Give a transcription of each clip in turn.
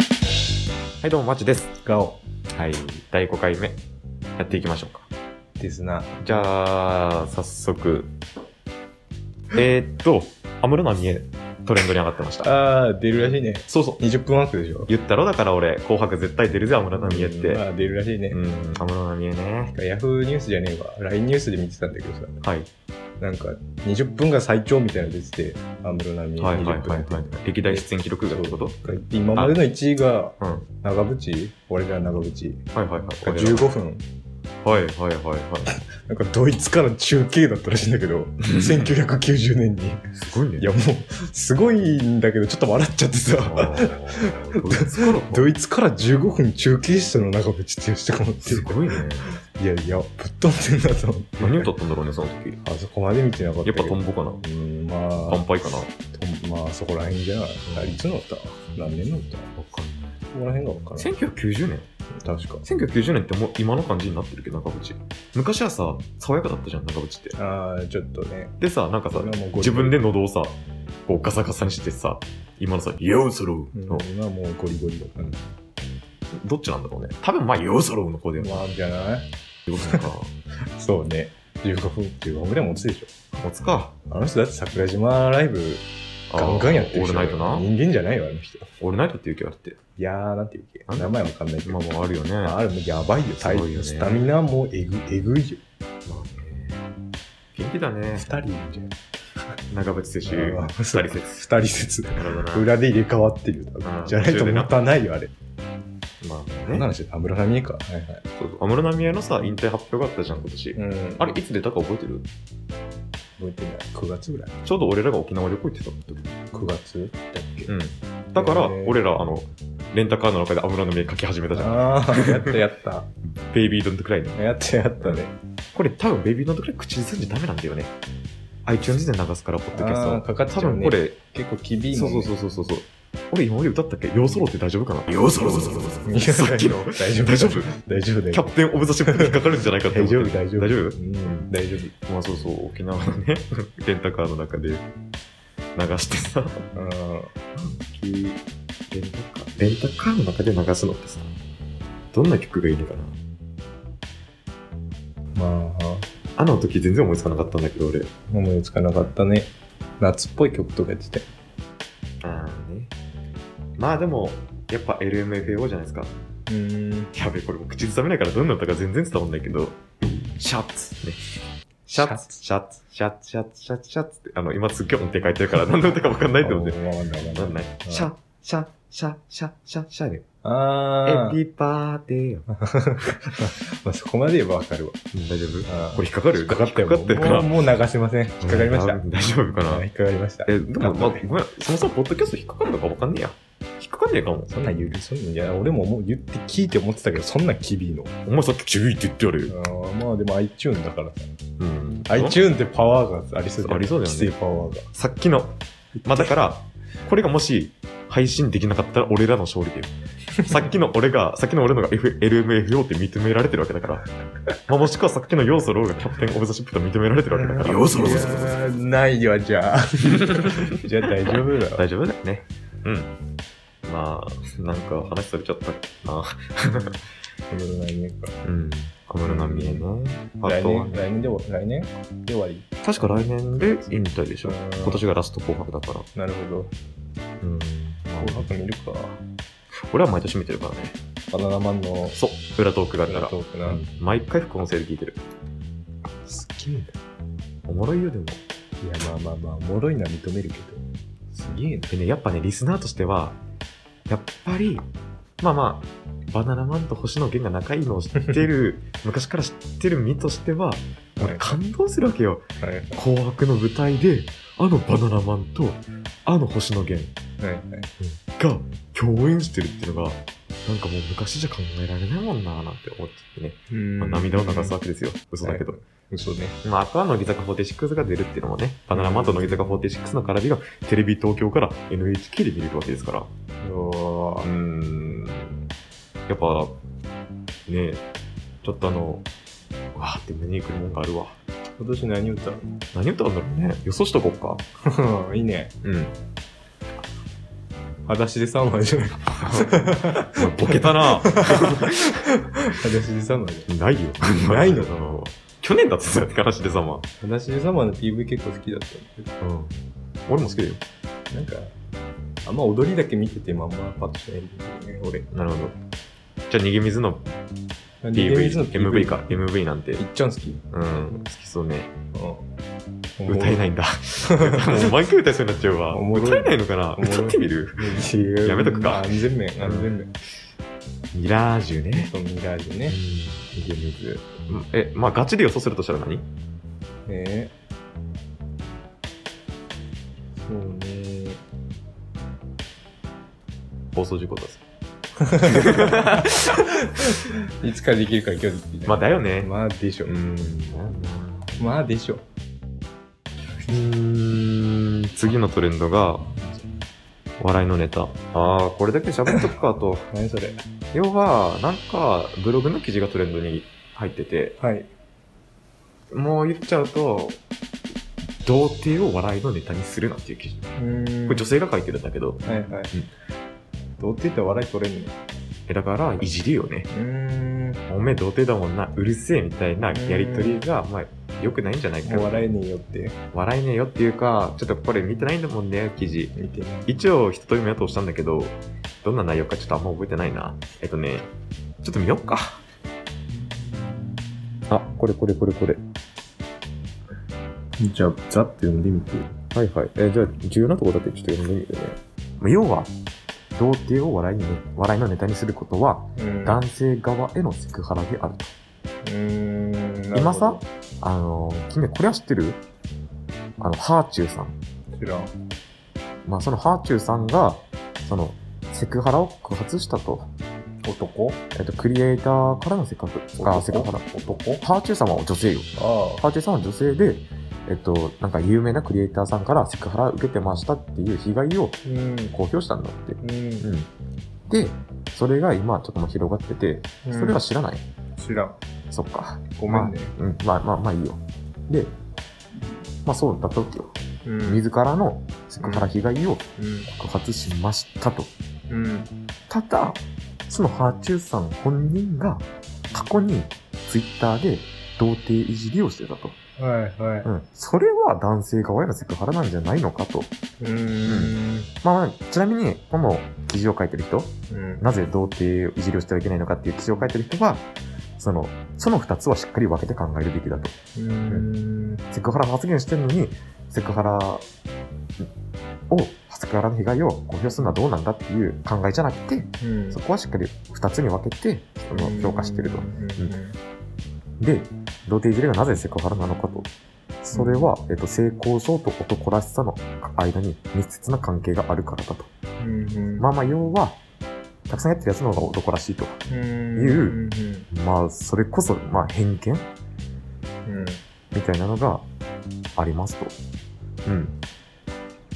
はい、どうも、まちです。ガオはい、第5回目、やっていきましょうか。ですな。じゃあ、早 速。えー、っと、安室奈美恵、トレンドに上がってました。あー、出るらしいね。そうそう。 20分枠でしょ。言ったろだから俺、紅白絶対出るぜ、安室奈美恵っまて。あ、出るらしいねう。ん、安室奈美恵ね。ヤフーニュースじゃねえわ。LINE ニュースで見てたんだけどさ、はい。なんか、20分が最長みたいなの出てて、安室奈美はいはい20は分いってはい。歴代出演記録がってことで今までの1位が、うん。長渕俺ら長渕はいはいはい。が15分。はいはいはいはなんか、ドイツから中継だったらしいんだけど、1990年に。い。すごいね。いや、もう、すごいんだけど、ちょっと笑っちゃってさ。ドイツからかドイツから15分中継したの長渕って人かもってすごいね。いやいやぶっ飛んでんだと思って何歌ったんだろうね、その時。あそこまで見てなかったやっけぱどトンボかな。うんまあパンパイかな。わとんまあそこら辺じゃない、あいつの歌何年の歌そかんない。こら辺が分からん1990年確か ?1990 年ってもう今の感じになってるけど、中渕。昔はさ、爽やかだったじゃん、中渕って。ああちょっとねでさ、なんかさ今、もうゴリ自分で喉をさ、こうガサガサにしてさ、今のさ、ヨーソロうーんの、今もうゴリゴリだったんだどっちなんだろうね。多分まあ、ヨーソローの方だよね。まあじゃないヨーソローか。そうね15分15分ぐらい持つでしょ 持つか。あの人だって桜島ライブガンガンやってるオー人ルナイトな。人間じゃないよあの人いオールナイトっていう気があって。やーなんていうっなんけだ名前わかんないけど、今もあるよね。あ、あれもやばいよ体すごいよねスタミナもえぐえぐいよまあね元気だね2。人いるじゃん長渕選手、あー2人説。 2人説なるほどな裏で入れ替わってるよ多分うんじゃないと持たないよあれまあね。そんな話、安室奈美恵か。はいはい。そうそう安室奈美恵のさ、引退発表があったじゃん、今年。うんあれ、いつ出たか覚えてる覚えてない。9月ぐらい。ちょうど俺らが沖縄旅行行ってた時。 9月だっけうん。だからへー、俺ら、あの、レンタカーの中で安室奈美恵書き始めたじゃん。ああ、やったやった。ベイビードントクライね。やったやったね。これ多分ベイビードントクライ口にするんじゃダメなんだよね。iTunes で流すから、ポッドキャストあーは。かかっちゃ多うね分これ、結構厳しいそうそうそうそうそうそう。俺今俺歌ったっけヨーソロって大丈夫かなヨーソロいやさっきの。大丈夫大丈夫大丈夫だキャよ。プテンオブザシップに引っかかるんじゃないかって大思って丈夫大丈夫。大丈夫うん、大丈まあそうそう、沖縄のね、 レンタカーの中で流してさ、夫。うん。レンタカーレンタカーの中で流すのってさ、どんな曲がいいのかなまあ、あの時全然思いつかなかったんだけど、俺。思いつかなかったね。夏っぽい曲とかやってて。ああね。まあでも、やっぱ LMFAO じゃないですか。うん。やべえ、これもう口ずさめないからどんな歌か全然伝わんないけど、シャツね。シャツ、シャツ、シャツ、シャツ、シャツ、シャツって、あの、今すっげえ音程書いてるから何の歌かわかんないって思って。わかんないわわかかんんなな。いい。シャ、シャ、シャ、シャ、シャ、シャね。ああ。エピパーティーよ。まあそこまで言えばわかるわ。うん大丈夫あーこれ引っかかる引っかかったよ。引っかかってるかなもうもう流せません。引っかかりました。うん大丈夫かはいな引っかかりました。え、でも、まあ、なんごかねめん、そもそもポッドキャスト引っかかるのかわかんねえや。引っかかんねえかも。そんなん言う、そんなんいや、俺ももう言って聞いて思ってたけど、そんなんきびいの。お前さっき注意って言ってやるよ。あーまあでも iTune だからさ。うん。 iTune ってパワーがありそうじゃんありそうだよね規制パワーが。さっきの。まあ、だから、これがもし、配信できなかったら俺らの勝利 だよ。さっきの俺が、さっきの俺のが F LMFO って認められてるわけだから。まあ、もしくはさっきの要素ローがキャプテンオブザシップと認められてるわけだから。いやーないよ、じゃあ。じゃあ大丈夫だよ。大丈夫だよね。うん。まあ、なんか話されちゃったな。来年か。うん。小室奈美恵ね。あ来とは年、来年で終わ、来年で終わり。確か来年で引退でしょうん。今年がラスト紅白だから。なるほど。うん。紅白見るか。俺は毎年見てるからね。バナナマンのそう。裏トークがある裏かトークら。な。うん毎回副音声で聞いてる。すげえな。おもろいよ、でも。いや、まあまあまあ、おもろいのは認めるけど。すげえな。でね、やっぱね、リスナーとしては、やっぱり、まあまあ、バナナマンと星野源が仲いいのを知ってる、 昔から知ってる身としては、俺感動するわけよ。はいはい紅白の舞台であのバナナマンとあの星野源はいはい。が共演してるっていうのがなんかもう昔じゃ考えられないもんなーなんて思っちゃってね、まあ、涙を流すわけですよ嘘だけど、嘘ね。まああとは乃木坂46が出るっていうのもねバナナマンと乃木坂46の絡みがテレビ東京から NHK で見れるわけですからうーんやっぱねちょっとあのうわーって目にくるもんがあるわ今年何歌う 何歌うんだろうね予想しとこうかのいいね。うん。裸足で3枚じゃないお前ボケたな裸足で3枚じ ないよ。ないのの去年だったさ、からしで様。ゃん裸足で3枚の PV 結構好きだったんだけどうん。俺も好きだよ。なんかあんま踊りだけ見ててまんまパッとしないんだよね俺なるほど。じゃあ、逃げ水の PV、MV か。MV なんてい。っちゃん好きうん。好きそうね。うん 歌えないいんだ。もう毎回歌いそうになっちゃうわ。おもろい歌えないのかなおもろい歌ってみるややめとくか安全面安全面ミラージュね。そうミラージュうんね逃げ水。うんえ、まあガチで予想するとしたら何ねそうね放送事故だぞ。いつからできるか今日できるまあだよね。まあでしょうん。まあでしょうーん次のトレンドが、笑いのネタ。ああ、これだけ喋っとくか と。何それ要は、なんか、ブログの記事がトレンドに入ってて、はいもう言っちゃうと、童貞を笑いのネタにするなっていう記事。こうーんれ女性が書いてるんだけど、はいはい、どうって言ったら笑い取れんのえだから、いじるよね。うんおめえ童貞だもんな、うるせえみたいなやりとりが、まあ、良くないんじゃないかもう笑えねえよって笑えねえよっていうか、ちょっとこれ見てないんだもんね、記事。見てない一応一通り目を通したんだけど、どんな内容かちょっとあんま覚えてないな。えっとね、ちょっと見よっか。あ、これこれこれこれ。じゃあざっと読んでみてはいはい。えじゃあ重要なとこだけちょっと読んでみてね。まあ要は、童貞を笑いに笑いのネタにすることは、うん男性側へのセクハラであると。うーん今さあのー、君これは知ってるあの、ハーチューさん。知らんまあそのハーチューさんが、その、セクハラを告発したと。男えっと、クリエイターからのせっかく、あ、せっかくから。男ハーチューさんは女性よ。ああハーチューさんは女性で、えっと、なんか有名なクリエイターさんからセクハラ受けてましたっていう被害をうん公表したんだって。うんうん。で、それが今ちょっともう広がってて、それは知らない。知らんそっか。ごめんねうん。まあまあまあいいよ。で、まあそうだったわけよ。うん自らのセクハラ被害をうん告発しましたと。うんただ、そのハーチューさん本人が過去にツイッターで童貞いじりをしてたと。はいはいうん。それは男性側へのセクハラなんじゃないのかと。うーんまあ、ちなみに、この記事を書いてる人、うんなぜ童貞をいじりをしてはいけないのかっていう記事を書いてる人は、その、その二つはしっかり分けて考えるべきだと。うーんセクハラ発言してるのに、セクハラを、セクハラの被害を公表するのはどうなんだっていう考えじゃなくて、うんそこはしっかり二つに分けて、その評価してるとう。んで、童貞いじりがなぜセクハラなのかと。それは、えっと、性交渉と男らしさの間に密接な関係があるからだと。うんうんまあまあ、要は、たくさんやってるやつの方が男らしいと。うんいうまあ、それこそ、まあ、偏見うんうんみたいなのがありますと。うん。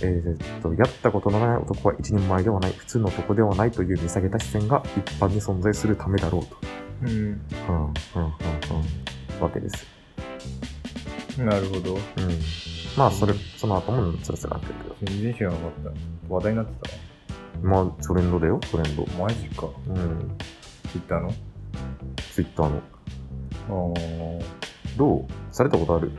えーっと、やったことのない男は一人前ではない、普通の男ではないという見下げた視線が一般に存在するためだろうと。うんうん、うん、うん、うん。わけです。うんなるほどうんまあ、それ、その後もつらつらあってるけど。全然知らなかった話題になってまあ、トレンドだよ、トレンド。たマジかうん。知ったのツイッターの。あーどうされたことある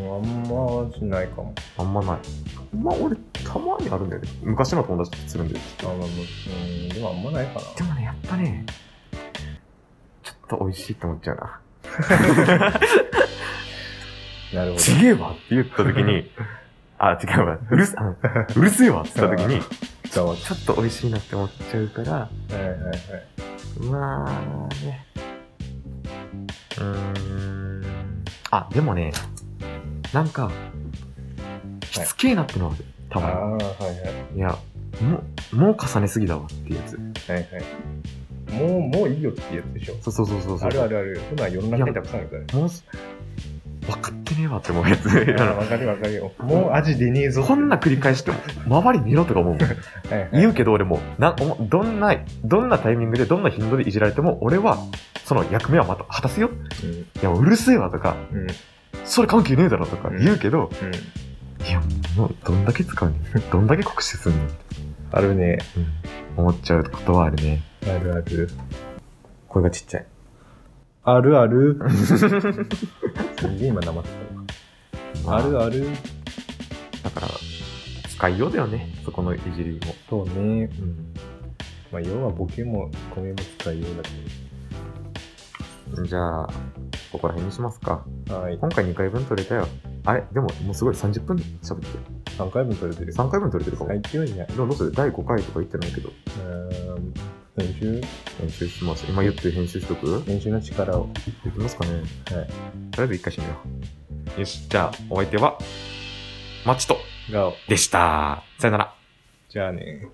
うんあんましないかもあんまない。まあ、俺、たまにあるんだよね。昔の友達とするんだよ。あまあまあうんでもあんまないかなでもね、やっぱね、ちょっと美味しいって思っちゃうな。なるほちげえわって言った時 に、あ、違うわ。うるせ、あのうるせえわって言った時に、どざわつちょっと美味しいなって思っちゃうから、はいはいはいまあね。うーん。あ、でもね、なんか、しつけえなってのはある。たああまーはいはいに。いや、もう、もう重ねすぎだわっていうやつ。はいはいもうもういいよってやつでしょそうそうそうそうそう。あるあるあるそんなん世の中にたくさんあるからねもうす、分かってねえわって思うやつ。 ああわかるわかるよもう味出ねえぞのこんな繰り返しても、周り見ろとか思うもん。はいはい言うけど俺も、な、おもどんな、どんなタイミングでどんな頻度でいじられても、俺は、その役目はまた果たすよ。うんいや、うるせえわとか、うんそれ関係ねえだろとか言うけど、うんいや、もう、どんだけ使うねん どんだけ酷使すんのってあるね。思っちゃうことはあるね。あるある。声がちっちゃい。あるある。すんげえ今生ってたまわ。あるある。だから、使いようだよね。そこのいじりも。そうね。うん。まあ、要はボケもツッコミも使いようだけじゃあ、ここら辺にしますか。ど。はい。今回2回分撮れたよ。あれでも、もうすごい30分喋ってる。 3回分取れてる。 3回分撮れてるかも。最強じゃん。でもどうする第5回とか言ってないけど。うーん。練習編集します。今言って編集しとく練習の力を。できますかねはい。とりあえず一回締めよう。よし。じゃあ、お相手は、マチトが、でした。さよなら。じゃあね。